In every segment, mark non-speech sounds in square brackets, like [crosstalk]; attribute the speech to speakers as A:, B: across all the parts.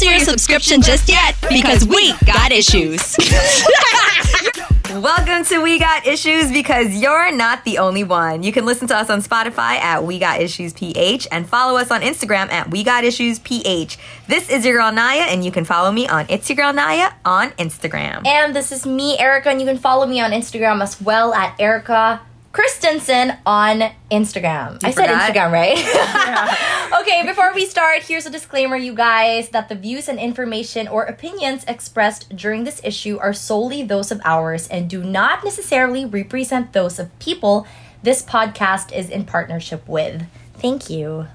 A: your subscription just yet because we got issues.
B: Welcome to We Got Issues because you're not the only one. You can listen to us on Spotify at We Got Issues PH and follow us on Instagram at We Got Issues PH. This is your girl Naya, and you can follow me on It's Your Girl Naya on Instagram.
C: And this is me, Erica, and you can follow me on Instagram as well at Erica Christensen on Instagram. I said
B: forgot?
C: Instagram, right? [laughs] okay, before we start, here's a disclaimer, you guys, that the views and information or opinions expressed during this issue are solely those of ours and do not necessarily represent those of people this podcast is in partnership with. Thank you.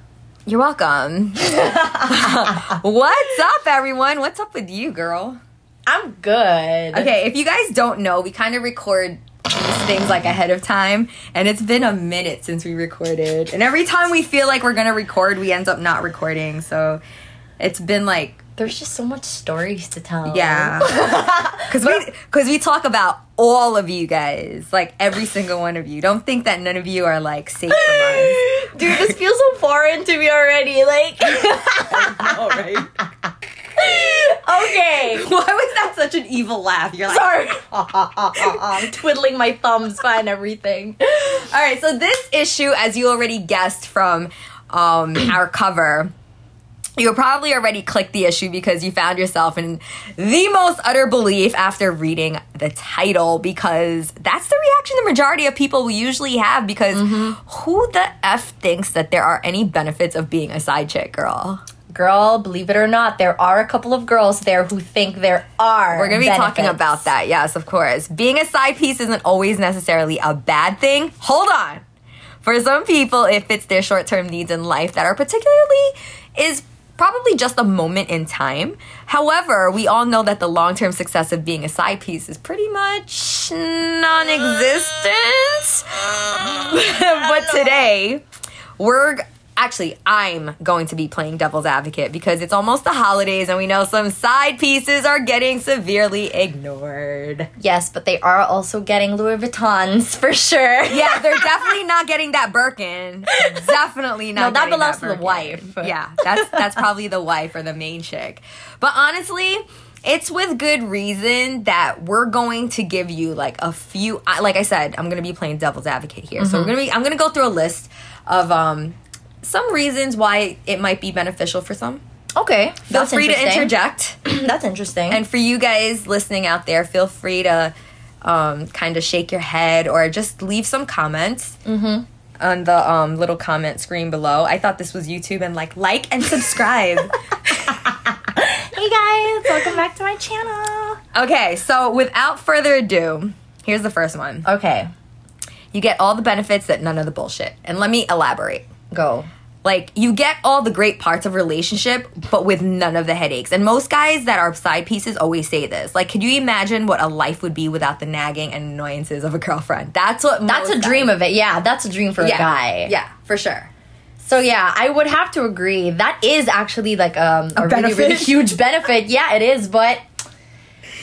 B: You're welcome. [laughs] What's up, everyone? What's up with you, girl?
C: I'm good.
B: Okay, if you guys don't know, we kind of record these things like ahead of time, and it's been a minute since we recorded. And every time we feel like we're gonna record, we end up not recording. So it's been like,
C: There's just so much stories to tell.
B: yeah, [laughs] because we because we talk about all of you guys, like every single one of you. Don't think that none of you are like safe from [laughs] us.
C: Dude, this feels so foreign to me already. Like, [laughs]
B: All right.
C: okay.
B: [laughs] Why was that such an evil laugh? You're like,
C: Sorry. I'm twiddling my thumbs, fine, everything.
B: All right, so this issue, as you already guessed from um, [clears throat] our cover, you probably already clicked the issue because you found yourself in the most utter belief after reading the title because that's the reaction the majority of people will usually have because who the F thinks that there are any benefits of being a side chick girl?
C: Girl, believe it or not, there are a couple of girls there who think there are.
B: We're going to be talking
C: benefits.
B: about that. Yes, of course. Being a side piece isn't always necessarily a bad thing. Hold on. For some people, it fits their short term needs in life that are particularly, is probably just a moment in time. However, we all know that the long term success of being a side piece is pretty much non existent. [laughs] but today, we're g- actually I'm going to be playing devil's advocate because it's almost the holidays and we know some side pieces are getting severely ignored.
C: Yes, but they are also getting Louis Vuittons [laughs] for sure.
B: Yeah, [laughs] they're definitely not getting that Birkin. Definitely not.
C: No, that
B: getting
C: belongs to the
B: Birkin.
C: wife.
B: Yeah, that's that's probably the wife or the main chick. But honestly, it's with good reason that we're going to give you like a few. I- Like I said, I'm gonna be playing devil's advocate here, so we're
C: Mm-hmm.
B: gonna be. I'm gonna go through a list of um some reasons why it might be beneficial for some.
C: Okay.
B: Feel
C: That's
B: free to
C: interesting.
B: interject,
C: That's interesting.
B: and for you guys listening out there, feel free to um kind of shake your head or just leave some comments. On the um, little comment screen below, I thought this was YouTube and like like and subscribe.
C: hey guys, welcome back to my channel.
B: Okay, so without further ado, here's the first one.
C: Okay,
B: You get all the benefits that none of the bullshit. And let me elaborate.
C: go.
B: Like, you get all the great parts of relationship, but with none of the headaches. And most guys that are side pieces always say this. Like, could you imagine what a life would be without the nagging and annoyances of a girlfriend? That's what
C: That's a dream of it. Yeah, that's a dream for
B: yeah,
C: a guy.
B: Yeah, for sure.
C: So yeah, I would have to agree. That is actually like um, a, really,
B: benefit.
C: really [laughs] huge benefit. Yeah, it is, but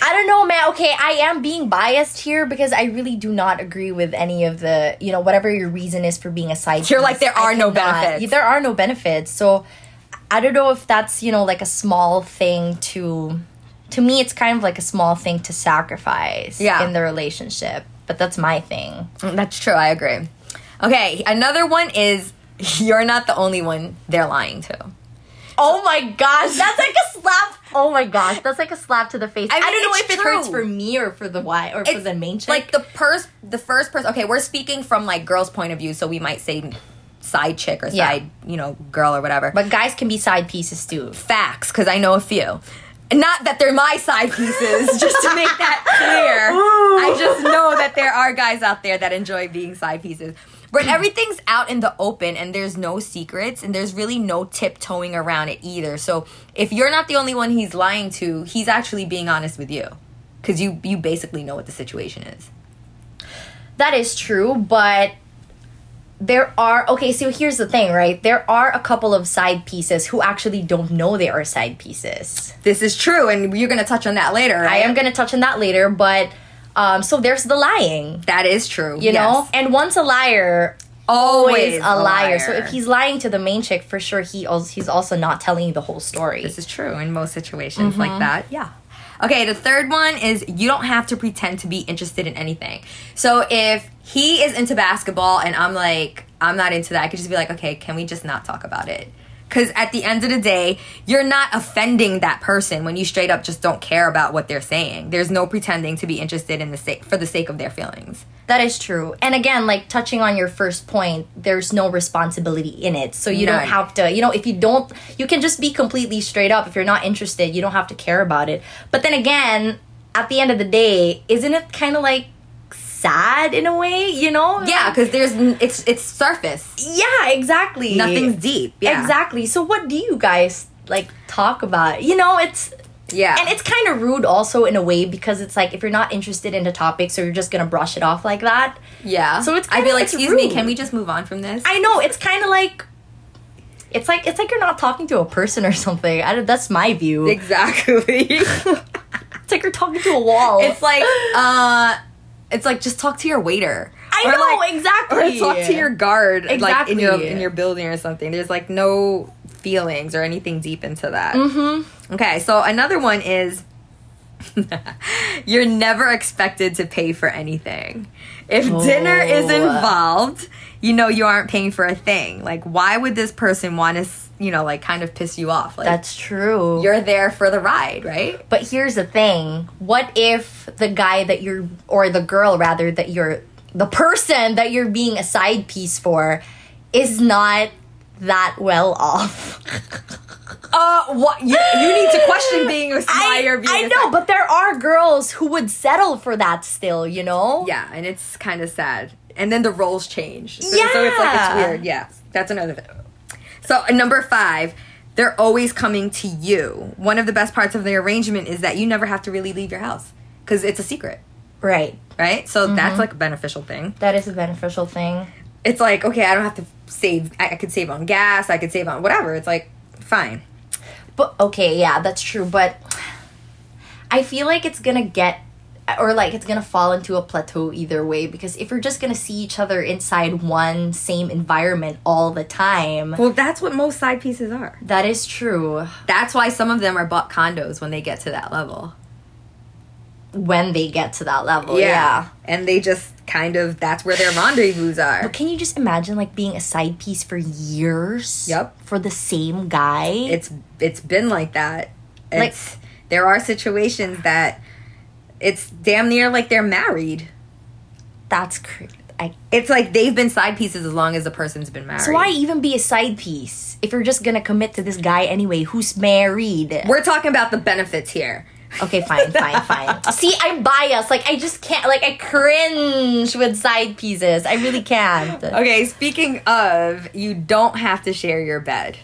C: I don't know, man. Okay, I am being biased here because I really do not agree with any of the, you know, whatever your reason is for being a side.
B: You're
C: piece.
B: like, there
C: I
B: are no
C: cannot-
B: benefits.
C: There are no benefits. So I don't know if that's you know like a small thing to. To me, it's kind of like a small thing to sacrifice
B: Yeah.
C: in the relationship, but that's my thing.
B: Mm, That's true, I agree. Okay, another one is [laughs] you're not the only one they're lying to.
C: Oh my gosh, that's like a slap. Oh my gosh, that's like a slap to the face. I,
B: mean,
C: don't know
B: it's
C: if it hurts
B: true.
C: for me or for the why or for
B: It's
C: the main chick.
B: like the first the first person okay we're speaking from like girls point of view so we might say side chick or
C: Yeah.
B: side you know girl or whatever but
C: but guys can be side pieces too.
B: facts because i know a few not that they're my side pieces [laughs] just to make that clear i just know that there are guys out there that enjoy being side pieces [clears throat] but everything's out in the open and there's no secrets and there's really no tiptoeing around it either so if you're not the only one he's lying to he's actually being honest with you because you you basically know what the situation is
C: That is true, but there are okay, so here's the thing, right? There are a couple of side pieces who actually don't know they are side pieces.
B: This is true, and you're going to touch on that later.
C: I
B: right?
C: am gonna touch on that later, but um so there's the lying.
B: That is true.
C: You know? And once a liar, always a liar. So if he's lying to the main chick, for sure he also, he's also not telling you the whole story.
B: This is true in most situations
C: Mm-hmm.
B: like that. Yeah. Okay, the third one is you don't have to pretend to be interested in anything. So if he is into basketball and I'm like, I'm not into that, I could just be like, okay, can we just not talk about it? Because at the end of the day, you're not offending that person when you straight up just don't care about what they're saying. There's no pretending to be interested in the sake for the sake of their feelings.
C: That is true. And again, like touching on your first point, there's no responsibility in it. So you
B: None.
C: don't have to, you know, if you don't, you can just be completely straight up. If you're not interested, you don't have to care about it. But then again, at the end of the day, isn't it kind of like sad in a way, you know?
B: Yeah, because there's n- it's it's surface.
C: Yeah, exactly.
B: Nothing's deep. Yeah.
C: Exactly. So what do you guys like talk about? You know, it's
B: Yeah.
C: and it's kind of rude also in a way because it's like if you're not interested in the topic, so you're just gonna brush it off like that.
B: yeah.
C: So it's
B: I'd be
C: kinda-
B: like,
C: it's
B: excuse me,
C: rude."
B: can we just move on from this?
C: I know it's kind of like it's like it's like you're not talking to a person or something. I don't, that's my
B: [laughs]
C: view. [laughs]
B: exactly.
C: It's like you're talking to a wall.
B: It's like uh it's like just talk to your waiter.
C: I
B: Or,
C: know
B: like-
C: exactly.
B: Or talk to your guard like in your
C: Exactly.
B: in your building or something. There's like no feelings or anything deep into that. Mm-hmm. Okay, so another one is [laughs] you're never expected to pay for anything. If dinner is
C: Oh.
B: involved, you know you aren't paying for a thing. Like why would this person want to, you know, like kind of piss you off? Like
C: That's true.
B: you're there for the ride, right?
C: But here's the thing. What if the guy that you're or the girl rather that you're the person that you're being a side piece for is not that well
B: [laughs]
C: off.
B: Uh, what you, you need to [laughs] question being a
C: I,
B: liar. being
C: I
B: a
C: know,
B: slut.
C: but there are girls who would settle for that still, you know?
B: yeah, and it's kind of sad. And then the roles change. So, so it's like it's
C: Yeah.
B: weird. Yeah, that's another. thing. So uh, number five, they're always coming to you. One of the best parts of the arrangement is that you never have to really leave your house because it's a secret,
C: Right.
B: right? So that's like a beneficial thing.
C: That is a beneficial thing.
B: It's like okay, I don't have to save. I, I could save on gas. I could save on whatever. It's like fine.
C: But okay, yeah, that's true. But I feel like it's gonna get, or like it's gonna fall into a plateau either way. Because if you're just gonna see each other inside one same environment all the time,
B: Well, that's what most side pieces are.
C: that is true.
B: That's why some of them are bought condos when they get to that level.
C: When they get to that level,
B: Yeah.
C: Oh, yeah.
B: And they just kind of that's where their rendezvous are.
C: Can you just imagine like being a side piece for years?
B: Yep.
C: For the same guy.
B: It's it's been like that.
C: Like-
B: It's there are situations that it's damn near like they're married.
C: that's cr- I.
B: It's like they've been side pieces as long as the person's been married.
C: So why even be a side piece if you're just gonna commit to this guy anyway who's married?
B: We're talking about the benefits here.
C: Okay, fine, fine,
B: [laughs]
C: fine. See, I'm biased. Like, I just can't. Like, I cringe with side pieces. I really can't.
B: Okay, speaking of, you don't have to share your bed.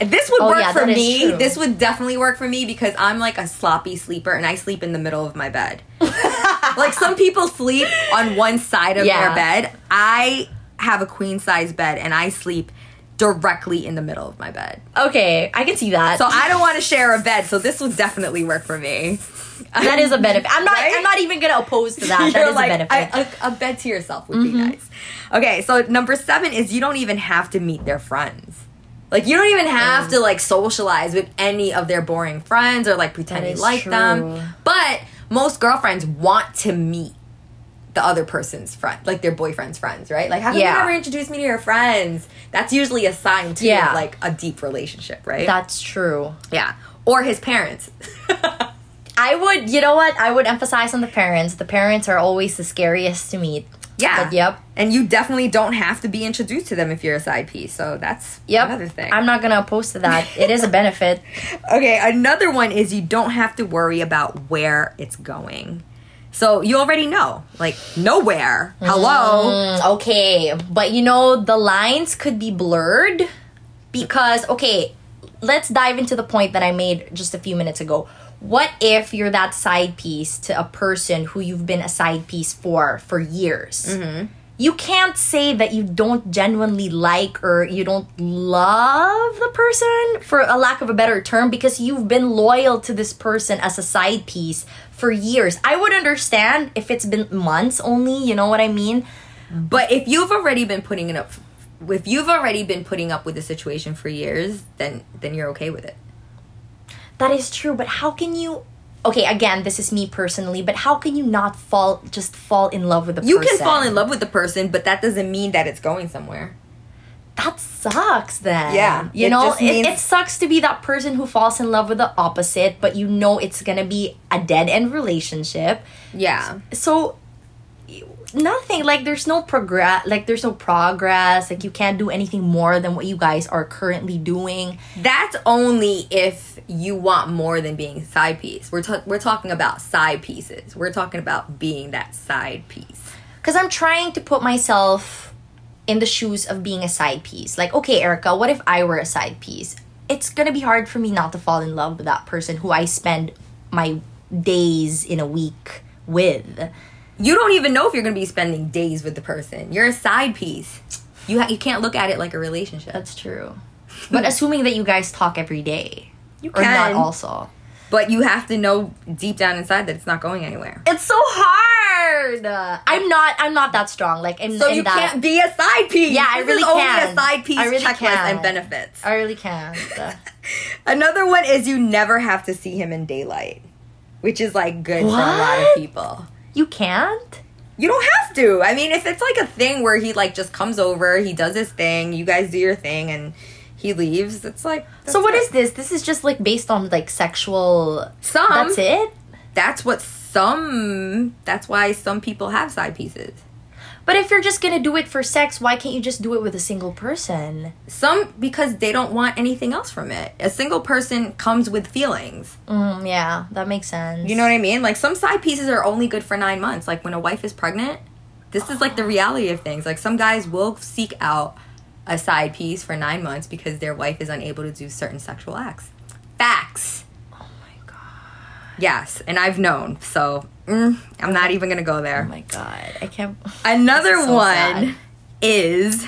B: This would
C: Oh,
B: work
C: yeah,
B: for
C: that is
B: me.
C: true.
B: This would definitely work for me because I'm like a sloppy sleeper and I sleep in the middle of my
C: [laughs]
B: bed. like some people sleep on one side of
C: Yeah.
B: their bed. I have a queen size bed and I sleep directly in the middle of my bed.
C: Okay, I can see that.
B: So I don't want to share a bed, so this would definitely work for me.
C: that is a benefit. I'm not.
B: Right?
C: I'm not even gonna oppose to
B: [laughs]
C: that.
B: You're
C: That is
B: like,
C: a benefit. Mm-hmm.
B: I- a- a bed to yourself would be nice. Okay, so number seven is you don't even have to meet their friends. Like you don't even
C: Oh.
B: have to like socialize with any of their boring friends or like pretend
C: That
B: you
C: is
B: like
C: true.
B: them. But most girlfriends want to meet the other person's friend, like their boyfriend's friends, right? Like, how come
C: Yeah.
B: you never introduce me to your friends? That's usually a sign too
C: Yeah.
B: of like a deep relationship, right?
C: That's true.
B: yeah. Or his parents. [laughs]
C: I would. You know what? I would emphasize on the parents. The parents are always the scariest to meet.
B: Yeah.
C: But yep.
B: And you definitely don't have to be introduced to them if you're a side piece. So that's
C: Yep.
B: another thing.
C: I'm not gonna oppose to that. It is a benefit.
B: okay, another one is you don't have to worry about where it's going. So you already know, like nowhere. Hello.
C: Mm, okay, but you know the lines could be blurred because okay, let's dive into the point that I made just a few minutes ago. What if you're that side piece to a person who you've been a side piece for for years? You can't say that you don't genuinely like or you don't love the person, for a lack of a better term, because you've been loyal to this person as a side piece for years. I would understand if it's been months only, you know what I mean?
B: But if you've already been putting it up, if you've already been putting up with the situation for years, then then you're okay with it.
C: That is true, but how can you? Okay, again, this is me personally, but how can you not fall just fall in love with the
B: You
C: person?
B: can fall in love with the person, but that doesn't mean that it's going somewhere.
C: That sucks then.
B: Yeah,
C: You
B: it
C: know,
B: just
C: it,
B: means-
C: it sucks to be that person who falls in love with the opposite, but you know it's gonna be a dead end relationship.
B: Yeah.
C: So nothing like there's no progress like there's no progress like you can't do anything more than what you guys are currently doing
B: That's only if you want more than being a side piece. We're ta- we're talking about side pieces. We're talking about being that side piece.
C: because I'm trying to put myself in the shoes of being a side piece. Like, okay, Erica, what if I were a side piece? It's gonna be hard for me not to fall in love with that person who I spend my days in a week with.
B: You don't even know if you're going to be spending days with the person. You're a side piece. You ha- you can't look at it like a relationship.
C: That's true. But assuming that you guys talk every day, you or not
B: can.
C: also.
B: But you have to know deep down inside that it's not going anywhere.
C: It's so hard. I'm not. I'm not that strong. Like, I'm
B: So
C: in
B: you
C: that,
B: can't be a side piece.
C: Yeah, I
B: This
C: really
B: is only
C: can.
B: a side piece
C: I really
B: checklist
C: can.
B: and benefits.
C: I really can't.
B: Another one is you never have to see him in daylight, which is like good for a lot of
C: What?
B: people.
C: you can't.
B: You don't have to. I mean, if it's like a thing where he like just comes over, he does his thing, you guys do your thing, and he leaves, it's like.
C: so what
B: it.
C: is this? This is just like based on like sexual.
B: some?
C: that's it.
B: That's what some. That's why some people have side pieces.
C: But if you're just gonna do it for sex, why can't you just do it with a single person?
B: Some because they don't want anything else from it. A single person comes with feelings.
C: Mm, yeah, that makes sense.
B: You know what I mean? Like some side pieces are only good for nine months. Like when a wife is pregnant, this is like the reality of things. Like some guys will seek out a side piece for nine months because their wife is unable to do certain sexual acts. Facts. Oh my god. Yes, and I've known. So mm, I'm not even gonna go there.
C: Oh my god, I can't.
B: Another
C: This is so
B: one
C: sad.
B: is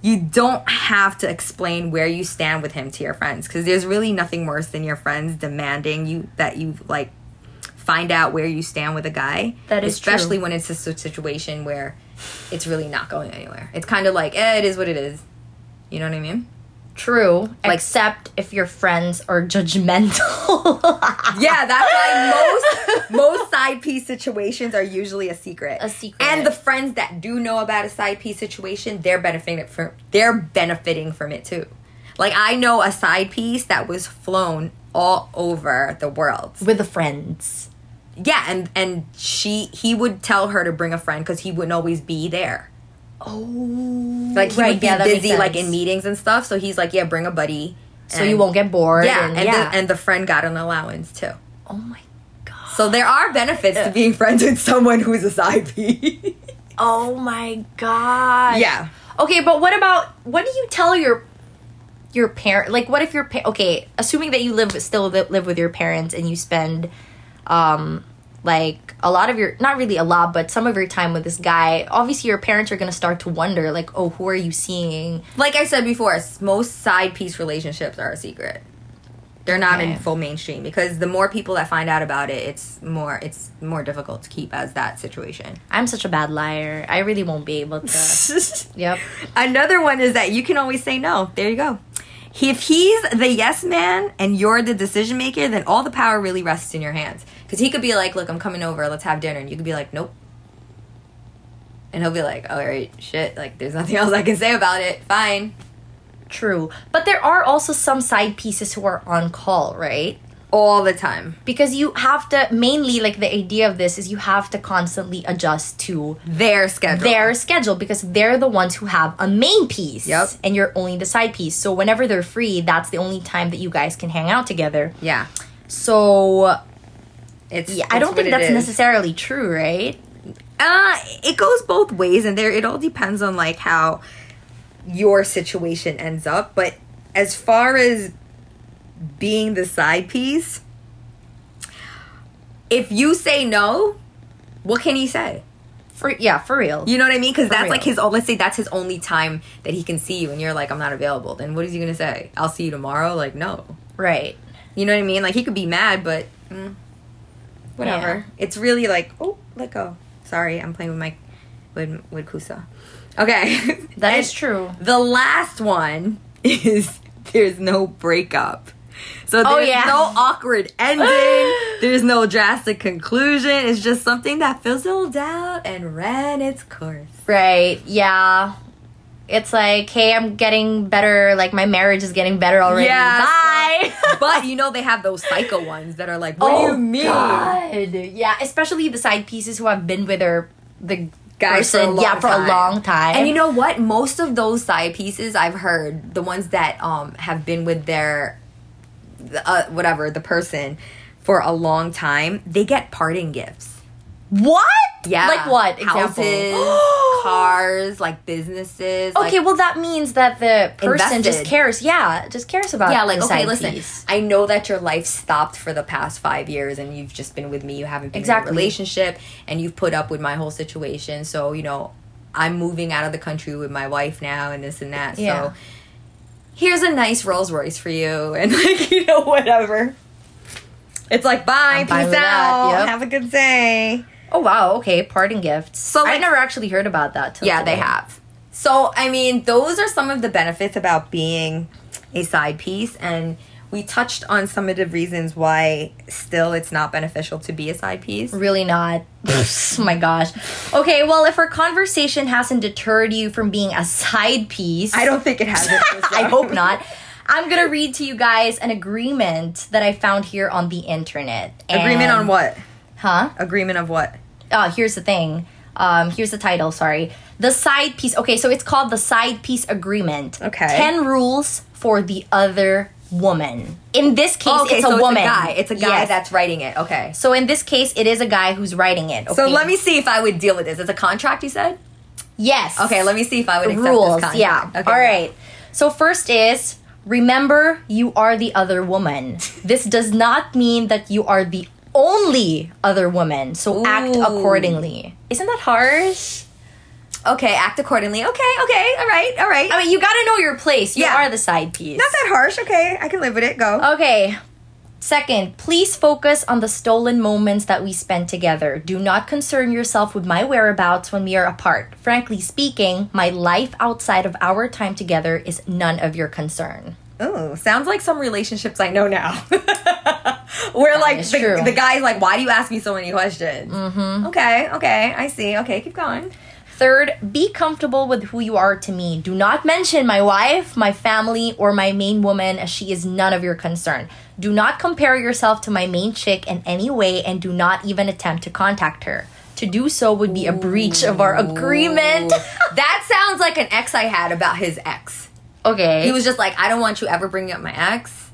B: you don't have to explain where you stand with him to your friends because there's really nothing worse than your friends demanding you that you like find out where you stand with a guy.
C: That is true.
B: especially when it's a si- situation where it's really not going anywhere. It's kind of like eh, it is what it is. You know what I mean?
C: [laughs] True, except if your friends are judgmental. [laughs]
B: Yeah, that's why most most side piece situations are usually a secret.
C: A secret.
B: And the friends that do know about a side piece situation, they're benefiting from they're benefiting from it too. Like I know a side piece that was flown all over the world.
C: with the friends.
B: Yeah, and and she he would tell her to bring a friend because he wouldn't always be there.
C: Oh,
B: Like he would be
C: that makes
B: busy like
C: sense.
B: in meetings and stuff. So he's like, yeah, bring a buddy.
C: So you won't get bored.
B: Yeah,
C: and,
B: and
C: yeah.
B: The, and the friend got an allowance too.
C: oh my.
B: So there are benefits to being friends with someone who's a side [laughs] piece.
C: Oh my god.
B: yeah.
C: Okay, but what about what do you tell your your parent? Like, what if your pa- okay? Assuming that you live still li- live with your parents and you spend, um, like a lot of your not really a lot, but some of your time with this guy. Obviously, your parents are gonna start to wonder, like, oh, who are you seeing?
B: Like I said before, s- most side piece relationships are a secret. They're not in
C: Okay.
B: full mainstream because the more people that find out about it, it's more it's more difficult to keep as that situation. [laughs]
C: I'm such a bad liar. I really won't be able to. yep.
B: Another one is that you can always say no. There you go. If he's the yes man and you're the decision maker, then all the power really rests in your hands. Because he could be like, "Look, I'm coming over. Let's have dinner," and you could be like, "Nope." And he'll be like, "All right, shit. Like, there's nothing [laughs] else I can say about it. Fine."
C: True, but there are also some side pieces who are on call, right?
B: All the time.
C: Because you have to mainly like the idea of this is you have to constantly adjust to
B: Their schedule.
C: their schedule because they're the ones who have a main piece
B: Yep.
C: and you're only the side piece. So whenever they're free, that's the only time that you guys can hang out together.
B: Yeah.
C: So
B: It's
C: yeah, I don't think that's necessarily true, right?
B: Uh it goes both ways and there it all depends on like how your situation ends up, but as far as being the side piece, if you say no, what can he say?
C: For yeah, for real.
B: You know what I mean? Because that's
C: real.
B: like his. o- Let's say that's his only time that he can see you, and you're like, "I'm not available." Then what is he gonna say? "I'll see you tomorrow." Like, no.
C: right.
B: You know what I mean? Like he could be mad, but mm, whatever. It's really like, oh, let go. Sorry, I'm playing with my with with Kusa. Okay. [laughs]
C: That
B: And
C: is true.
B: The last one is [laughs] there's no breakup. So
C: Oh,
B: there's
C: yeah.
B: no awkward
C: [gasps]
B: ending. there's no drastic conclusion. It's just something that fizzled out and ran its course.
C: [laughs] Right. Yeah. It's like, hey, I'm getting better. Like my marriage is getting better already.
B: Yeah,
C: Bye.
B: But you know they have those psycho ones that are like, [laughs] what
C: oh
B: do you mean?
C: God. Yeah, especially the side pieces who have been with her, the
B: Guys for a
C: person, yeah,
B: long
C: for
B: time.
C: a long time.
B: And you know what? Most of those side pieces I've heard, the ones that um have been with their uh, whatever the person for a long time, they get parting gifts.
C: what?
B: Yeah,
C: Like what? Example. [gasps]
B: Houses, cars, like businesses. like-
C: Okay, well that means that the person just
B: Invested.
C: cares. Yeah, just cares about
B: yeah, like
C: the
B: okay,
C: side
B: listen.
C: piece.
B: I know that your life stopped for the past five years, and you've just been with me. You haven't been
C: Exactly.
B: in a relationship, and you've put up with my whole situation. So you know, I'm moving out of the country with my wife now, and this and that.
C: Yeah.
B: So here's a nice Rolls Royce for you, [laughs] and like you know, whatever. It's like bye,
C: I'm
B: peace
C: fine
B: out,
C: with that, yep.
B: have a good day.
C: Oh wow, okay, parting gifts.
B: So,
C: So I
B: like-
C: never actually heard about that. Till
B: Yeah, they
C: today.
B: have. So, I mean, those are some of the benefits about being a side piece. And we touched on some of the reasons why still it's not beneficial to be a side piece.
C: Really not. [laughs] oh my gosh. Okay, well, if our conversation hasn't deterred you from being a side piece,
B: I don't think it has. it for
C: [laughs] I
B: some. [laughs]
C: hope not. I'm gonna read to you guys an agreement that I found here on the internet.
B: Agreement
C: And-
B: on what?
C: Huh?
B: Agreement of what?
C: Oh, here's the thing. Um, here's the title. Sorry, the side piece. Okay, so it's called the side piece agreement.
B: Okay.
C: Ten rules for the other woman. In this case, it's a
B: Oh, so
C: woman.
B: It's a guy. It's a guy
C: Yes.
B: that's writing it. Okay.
C: So in this case, it is a guy who's writing it.
B: So
C: okay?
B: let me see if I would deal with this. It's a contract, you said?
C: Yes.
B: Okay, let me see if I would accept this
C: rules.
B: contract.
C: Yeah.
B: Okay.
C: All right. So first is remember you are the other woman. this does not mean that you are the only other woman. So act
B: Ooh.
C: accordingly. Isn't that harsh?
B: Okay, act accordingly. Okay, okay, all right, all right.
C: I mean, you got to know your place. You
B: Yeah.
C: are the side piece.
B: not that harsh. Okay, I can live with it. Go.
C: Okay. Second, please focus on the stolen moments that we spent together. Do not concern yourself with my whereabouts when we are apart. Frankly speaking, my life outside of our time together is none of your concern.
B: Oh, sounds like some relationships I know now. [laughs] Where like
C: is
B: the,
C: true.
B: the guy's like, "Why do you ask me so many questions?" Mm-hmm. Okay, okay, I see. Okay, keep going.
C: Third, be comfortable with who you are to me. Do not mention my wife, my family, or my main woman as she is none of your concern. Do not compare yourself to my main chick in any way and do not even attempt to contact her. To do so would be a breach of our
B: [laughs]
C: agreement.
B: that sounds like an ex I had about his ex.
C: okay.
B: He was just like, "I don't want you ever bringing up my ex.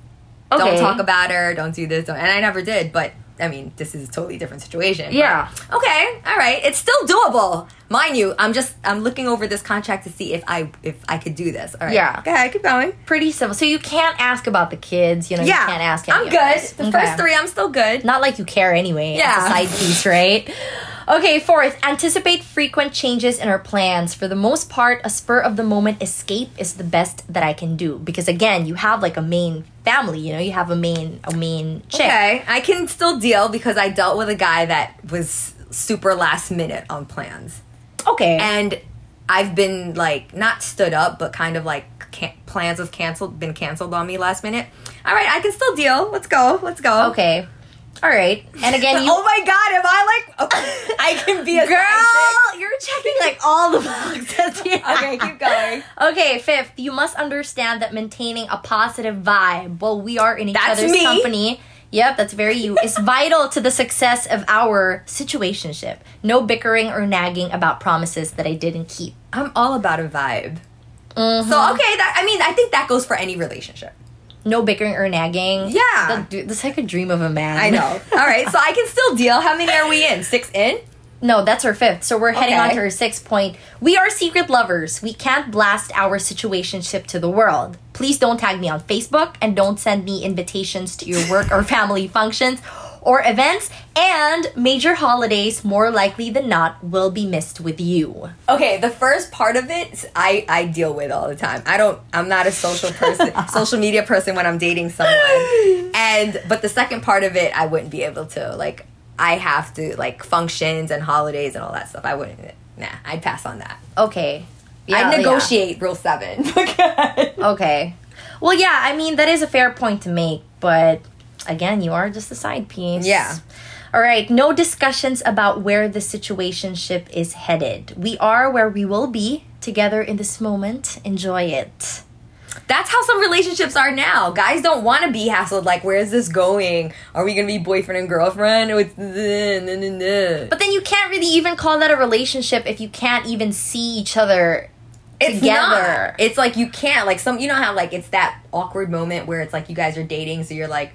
B: Don't
C: Okay.
B: talk about her. Don't do this." Don't. And I never did. But I mean, this is a totally different situation. but-
C: Yeah.
B: okay. All right. It's still doable, mind you. I'm just I'm looking over this contract to see if I if I could do this. All right.
C: Yeah.
B: Go ahead. Keep going.
C: pretty civil. So you can't ask about the kids, you know, you can't ask any
B: I'm
C: of
B: good.
C: this.
B: The
C: Okay.
B: first three, I'm still good.
C: Not like you care anyway.
B: Yeah.
C: It's a side piece, right? Okay, fourth, anticipate frequent changes in our plans. For the most part, a spur of the moment escape is the best that I can do. Because again, you have like a main family, you know, you have a main a main chick.
B: Okay, I can still deal because I dealt with a guy that was super last minute on plans,
C: Okay.
B: and I've been like not stood up, but kind of like can- plans have canceled, been canceled on me last minute. All right, I can still deal. Let's go. Let's go.
C: okay. All right. And
B: [laughs]
C: again, you
B: oh my god, am I like
C: [laughs]
B: oh, I can be a
C: girl,
B: side
C: you're checking like all [laughs] the
B: [laughs]
C: boxes. [laughs] here.
B: chick? Okay, keep going.
C: Okay, fifth, you must understand that maintaining a positive vibe while we are in each
B: That's
C: other's
B: me.
C: company. Yep, that's very you.
B: [laughs]
C: is vital to the success of our situationship. No bickering or nagging about promises that I didn't keep.
B: I'm all about a vibe.
C: Mm-hmm.
B: So okay, that I mean, I think that goes for any relationship.
C: No bickering or nagging.
B: Yeah.
C: That, dude, that's like a dream of a man.
B: I
C: [laughs]
B: know. All right, so I can still deal. How many are we in? Six in?
C: No, that's her fifth. So we're heading
B: Okay.
C: on to her sixth point. We are secret lovers. We can't blast our situationship to the world. Please don't tag me on Facebook and don't send me invitations to your work or [laughs] family functions or events. And major holidays, more likely than not, will be missed with you.
B: Okay, the first part of it, I I deal with all the time. I don't. I'm not a social person, social media person when I'm dating someone. And but the second part of it, I wouldn't be able to. Like I have to like functions and holidays and all that stuff. I wouldn't. Nah, I'd pass on that.
C: Okay.
B: I'd negotiate rule seven. [laughs]
C: yeah. Okay. Well, yeah, I mean, that is a fair point to make, but again, you are just a side piece.
B: Yeah.
C: All right, no discussions about where the situationship is headed. We are where we will be together in this moment. Enjoy it.
B: That's how some relationships are now. Guys don't want to be hassled. Like, where is this going? Are we gonna be boyfriend and girlfriend? Or it's
C: But then you can't really even call that a relationship if you can't even see each other
B: it's
C: together.
B: not. It's like you can't like some. You know how like it's that awkward moment where it's like you guys are dating, so you're like,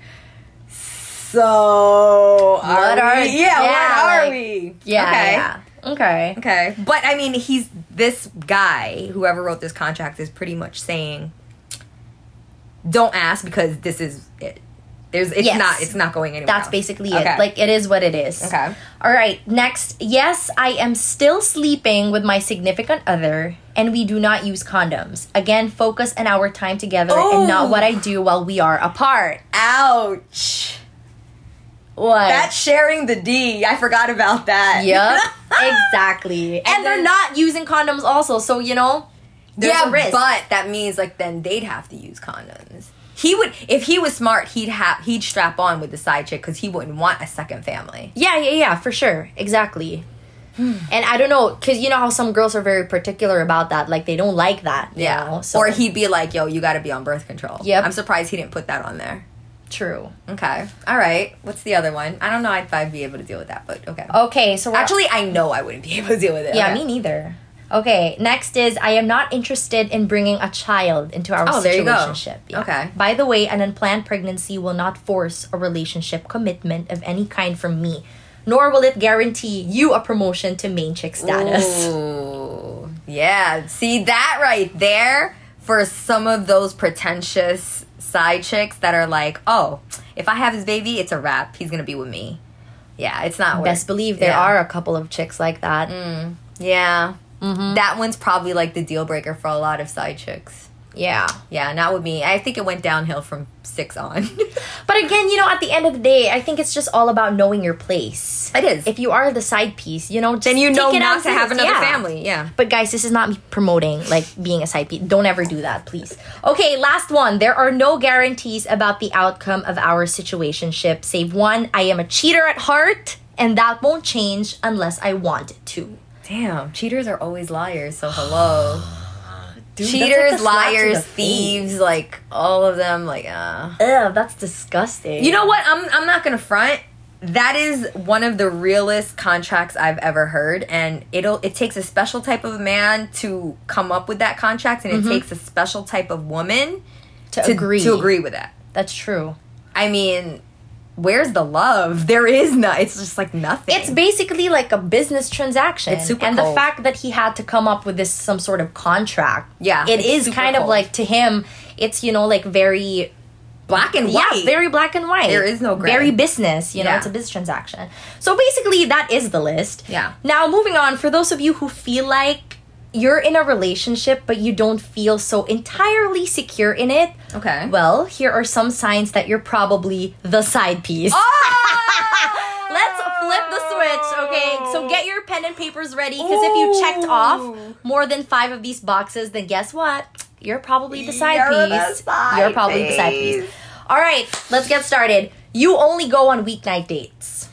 B: so what
C: are-
B: we? Yeah,
C: yeah,
B: what are
C: like-
B: we?
C: Yeah.
B: okay.
C: yeah. Okay.
B: Okay. But I mean, he's this guy, whoever wrote this contract, is pretty much saying, don't ask because this is it. There's, it's
C: Yes.
B: not, it's not going anywhere.
C: That's
B: else.
C: basically
B: Okay.
C: it. Like it is what it is.
B: Okay.
C: All right. Next, yes, I am still sleeping with my significant other, and we do not use condoms. Again, focus on our time together and not
B: Oh.
C: what I do while we are apart.
B: ouch.
C: What?
B: That's sharing the D. I forgot about that.
C: yep.
B: [laughs]
C: exactly. And,
B: And
C: they're
B: then-
C: not using condoms, also. So you know, there's
B: yeah,
C: a risk.
B: but that means like then they'd have to use condoms. He would, if he was smart, he'd have, he'd strap on with the side chick because he wouldn't want a second family.
C: Yeah, yeah, yeah, for sure. Exactly. [sighs] and I don't know, because you know how some girls are very particular about that. Like, they don't like that. You yeah. Know? So,
B: Or he'd be like, yo, you got to be on birth control.
C: Yep.
B: I'm surprised he didn't put that on there.
C: True.
B: Okay. All right. What's the other one? I don't know if I'd be able to deal with that, but okay.
C: Okay, so we're
B: Actually, I know I wouldn't be [laughs] able to deal with it.
C: Oh, Yeah,
B: Okay.
C: me neither. Okay, next is I am not interested in bringing a child into our
B: Oh, there you go.
C: situationship. Yeah.
B: Okay.
C: By the way, an unplanned pregnancy will not force a relationship commitment of any kind from me, nor will it guarantee you a promotion to main chick status.
B: Ooh. Yeah. See that right there for some of those pretentious side chicks that are like, oh, if I have his baby, it's a wrap. He's gonna be with me. Yeah, it's not worth.
C: Best believe there
B: Yeah. Mm,
C: are a couple of chicks like that.
B: Yeah. That one's probably like the deal breaker for a lot of side chicks.
C: Yeah.
B: Yeah, not with me. I think it went downhill from six on. [laughs]
C: But again, you know, at the end of the day, I think it's just all about knowing your place.
B: it is.
C: If you are the side piece, you know, just
B: then you
C: take
B: know
C: it
B: not
C: out
B: to have another
C: yeah.
B: family. Yeah.
C: But guys, this is not me promoting like being a side piece. Don't ever do that, please. Okay, last one. There are no guarantees about the outcome of our situationship, save one. I am a cheater at heart, and that won't change unless I want it to.
B: Damn, cheaters are always liars, so [sighs] hello.
C: Dude,
B: cheaters,
C: that's like a slap to the
B: liars,
C: face.
B: thieves, like all of them, like uh
C: Ugh, that's disgusting.
B: You know what? I'm I'm not gonna front. That is one of the realest contracts I've ever heard, and it'll it takes a special type of man to come up with that contract, and it takes a special type of woman
C: to,
B: to
C: agree.
B: to agree with that.
C: That's true.
B: I mean, where's the love? [laughs] There is no. It's just like nothing.
C: It's basically like a business transaction.
B: It's super
C: and the
B: cold.
C: fact that he had to come up with this some sort of contract.
B: Yeah,
C: It
B: it's
C: is
B: super
C: kind of
B: cold.
C: like to him, it's you know, like very
B: black and white.
C: Yeah, very black and white.
B: There is no gray.
C: Very business, you know,
B: Yeah.
C: it's a business transaction. So basically, that is the list.
B: Yeah.
C: Now, moving on, for those of you who feel like you're in a relationship but you don't feel so entirely secure in it,
B: okay.
C: well, here are some signs that you're probably the side piece. [laughs]
B: Oh,
C: Let's flip the switch, okay? So get your pen and papers ready because if you checked
B: Ooh.
C: off more than five of these boxes, then guess what? You're probably the side
B: You're the
C: piece.
B: side
C: You're probably the side piece.
B: piece.
C: All right, let's get started. You only go on weeknight dates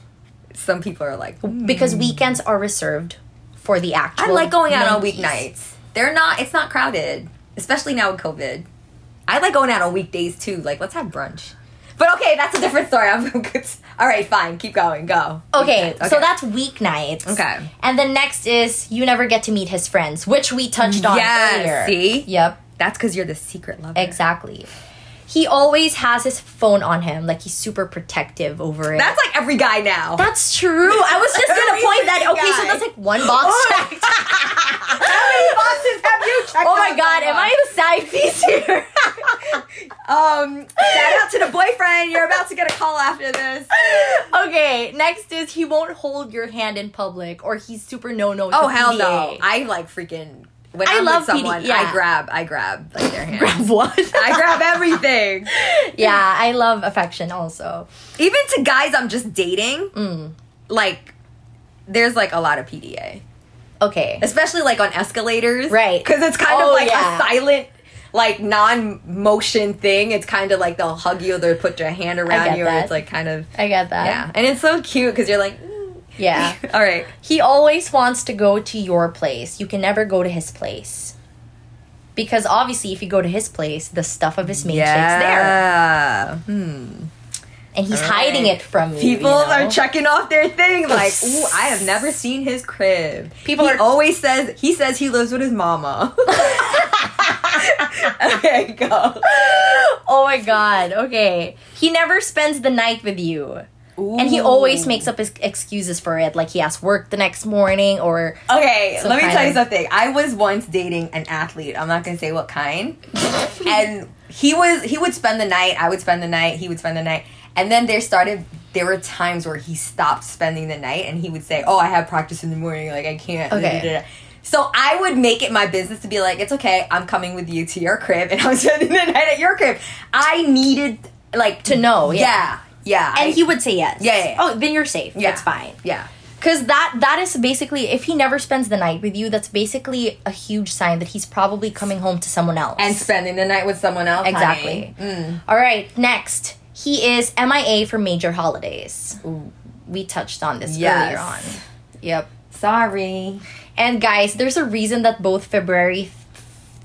B: Some people are like,
C: because weekends are reserved for the actual.
B: Hmm. I like going out on
C: main piece.
B: weeknights. They're not. It's not crowded, especially now with COVID. I like going out on weekdays too. Like let's have brunch. But okay, that's a different story. [laughs] I'm good. All right, fine. Keep going. Go.
C: Okay,
B: Weeknights,
C: so that's weeknights.
B: Okay.
C: And then next is you never get to meet his friends, which we touched on
B: Yes,
C: earlier.
B: see?
C: Yep.
B: that's because you're the secret lover.
C: Exactly. He always has his phone on him, like he's super protective over it.
B: That's like every guy now.
C: That's true. I was just gonna
B: Every
C: point that. Okay, so
B: guy. Oh,
C: that's like one box
B: [laughs] [laughs]
C: checked.
B: How many boxes have you checked?
C: [laughs] Oh my god, am I the side piece here? [laughs]
B: Um, shout out to the boyfriend. You're about to get a call after
C: [laughs]
B: this.
C: okay, next is he won't hold your hand in public, or he's super no no.
B: Oh hell
C: [laughs]
B: no! I like freaking. When
C: I
B: I am
C: love
B: with someone,
C: PD, yeah.
B: I grab, I grab like
C: [laughs]
B: their hand.
C: what?
B: I grab everything.
C: [laughs] yeah, I love affection also.
B: even to
C: Mm.
B: guys I'm just dating, like there's like a lot of PDA.
C: Okay.
B: especially like on escalators,
C: Right.
B: Because it's kind
C: Oh,
B: of like
C: yeah.
B: a silent, like non-motion thing. It's kind of like they'll hug you, they'll put their hand
C: get
B: around you, and
C: that.
B: it's like kind of
C: I get that.
B: yeah, and it's so cute because you're like,
C: Yeah.
B: [laughs] all right,
C: He always wants to go to your place. You can never go to his place. Because obviously, if you go to his place, the stuff of his main chick's there.
B: yeah. Hmm.
C: And he's hiding
B: Alright.
C: it from you.
B: People
C: you know?
B: are checking off their thing. Like, ooh, I have never seen his crib.
C: People
B: he
C: are-
B: always says he says he lives with his mama. [laughs] okay, go.
C: [laughs] Oh my god, okay. He never spends the night with you. And he always makes up his excuses for it. Like he has work the next morning or. [laughs]
B: Okay,
C: So
B: let me
C: kind
B: tell you
C: of-
B: something. I was once dating an athlete. I'm not gonna say what kind. and he was he would spend the night. I would spend the night. He would spend the night. And then there started. There were times where he stopped spending the night, and he would say, "Oh, I have practice in the morning. Like I can't."
C: Okay.
B: So I would make it my business to be like, "It's okay. I'm coming with you to your crib, and [laughs] I'm spending the night at your crib." I needed like
C: To know, yeah.
B: yeah, yeah. I-
C: And he would say yes.
B: Yeah, yeah, yeah.
C: Oh, then you're safe.
B: Yeah.
C: That's fine.
B: yeah.
C: Because that that is basically if he never spends the night with you, that's basically a huge sign that he's probably coming home to someone else.
B: And spending the night with someone else.
C: Exactly.
B: honey. Mm.
C: all right, next he is MIA for major holidays. We touched on this
B: Yes.
C: earlier on. Yep.
B: Sorry.
C: And guys, there's a reason that both February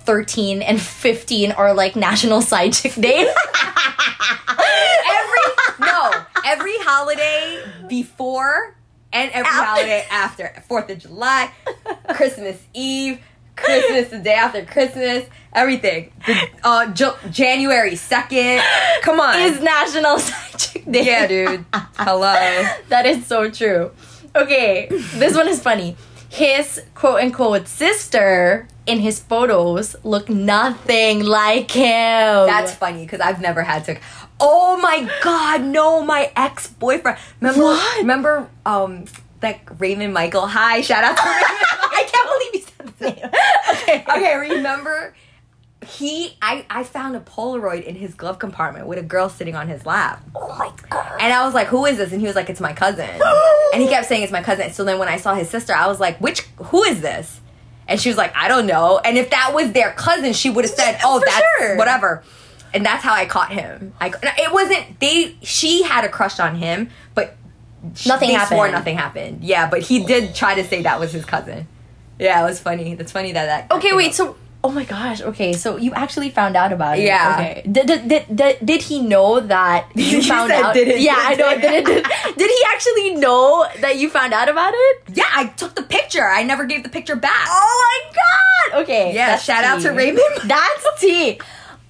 C: 13 and 15 are like National Side Chick Day. [laughs]
B: every no every holiday before and every
C: After.
B: holiday after Fourth of July, Christmas Eve, Christmas the day after Christmas, everything. The- uh, Ju- January second. Come on,
C: is National Side Chick Day.
B: yeah, dude. Hello.
C: [laughs] That is so true. Okay, this one is funny. His quote unquote sister in his photos look nothing like him. [laughs]
B: That's funny because I've never had to. Oh my god, no! My ex boyfriend. Remember?
C: What?
B: Remember? Um, like Raymond Michael. Hi, shout out to Raymond.
C: [laughs]
B: I can't believe he said the name.
C: okay.
B: [laughs] okay, remember he I, I found a Polaroid in his glove compartment with a girl sitting on his lap.
C: Oh my god.
B: And I was like, Who is this? And he was like, It's my cousin. and he kept saying it's my cousin. So then when I saw his sister, I was like, Which who is this? And she was like, I don't know. And if that was their cousin, she would have said,
C: Yeah,
B: Oh,
C: for
B: that's
C: sure.
B: whatever. And that's how I caught him. I it wasn't they she had a crush on him, but she-
C: Nothing
B: they
C: happened.
B: swore nothing happened. Yeah, but he did try to say that was his cousin. Yeah, it was funny. That's funny that that.
C: Okay, wait, so oh my gosh. Okay, so you actually found out about it.
B: Yeah.
C: Okay. Did did, did, did, did he know that you,
B: [laughs] You
C: found
B: said
C: out?
B: did it,
C: yeah,
B: did [laughs]
C: I know.
B: it.
C: Did, it, did, did he actually know that you found out about it?
B: Yeah, I took the picture. I never gave the picture back.
C: Oh my god. Okay.
B: yeah,
C: that's
B: shout out to
C: tea. [laughs]
B: Raymond.
C: That's T.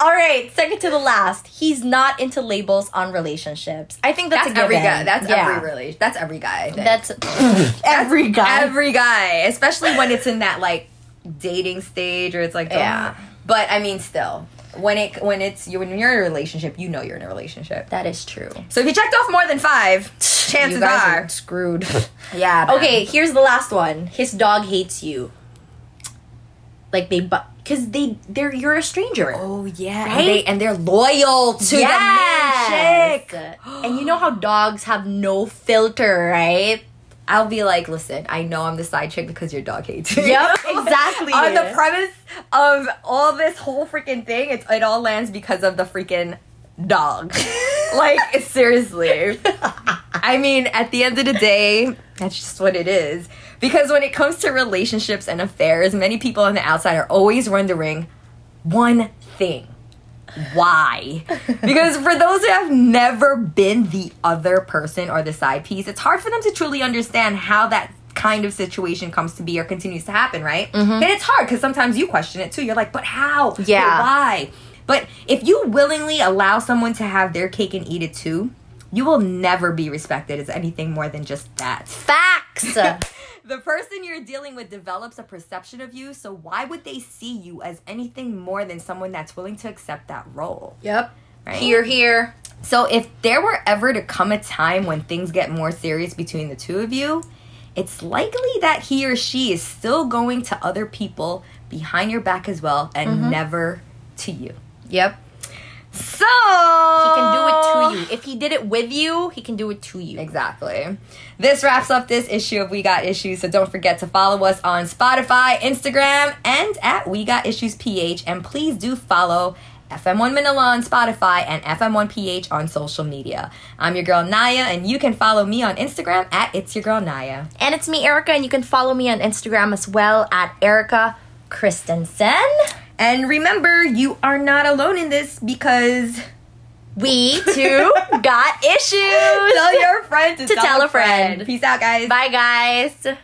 C: All right, second to the last. He's not into labels on relationships. I think that's,
B: That's
C: a given.
B: every guy. That's
C: Yeah.
B: every really. That's every guy. I think.
C: That's [laughs] every guy.
B: every guy, especially when it's in that like dating stage or it's like
C: Yeah.
B: But I mean, still, when it when it's you when you're in a relationship, you know you're in a relationship.
C: that is true.
B: So if you checked off more than five, chances
C: you guys
B: are,
C: are screwed.
B: yeah. man.
C: okay, here's the last one. His dog hates you. Like they but cuz they they're you're a stranger.
B: Oh yeah,
C: Right?
B: and, they, and they're loyal to
C: Yes.
B: the main chick.
C: [gasps] and you know how dogs have no filter,
B: [laughs]
C: right?
B: I'll be like, listen, I know I'm the side chick because your dog hates me. [laughs]
C: Yep, exactly.
B: On the premise of all this whole freaking thing, it's, it all lands because of the freaking
C: [laughs]
B: dog. like, seriously. I mean, at the end of the day, that's just what it is. Because when it comes to relationships and affairs, many people on the outside are always wondering one thing why? Because for those who have never been the other person or the side piece, it's hard for them to truly understand how that kind of situation comes to be or continues to happen, right? And it's hard because sometimes you question it too. You're like, but how? But
C: Yeah.
B: why? But if you willingly allow someone to have their cake and eat it too, you will never be respected as anything more than just that.
C: Facts.
B: [laughs] The person you're dealing with develops a perception of you, so why would they see you as anything more than someone that's willing to accept that role?
C: yep.
B: Right.
C: Here here.
B: So if there were ever to come a time when things get more serious between the two of you, it's likely that he or she is still going to other people behind your back as well and never to you.
C: Yep.
B: So
C: He can do it to you If he did it with you, he can do it to you.
B: Exactly. This wraps up this issue of We Got Issues. So don't forget to follow us on Spotify, Instagram, and at We Got Issues PH. And please do follow FM1 Manila on Spotify and FM1PH on social media. I'm your girl Naya, and you can follow me on Instagram at It's Your Girl Naya.
C: And it's me, Erica, and you can follow me on Instagram as well at Erica Christensen.
B: And remember, you are not alone in this
C: [laughs]
B: because
C: We [laughs] too got issues.
B: tell your friend to,
C: To tell a friend.
B: Peace out, guys.
C: Bye, guys.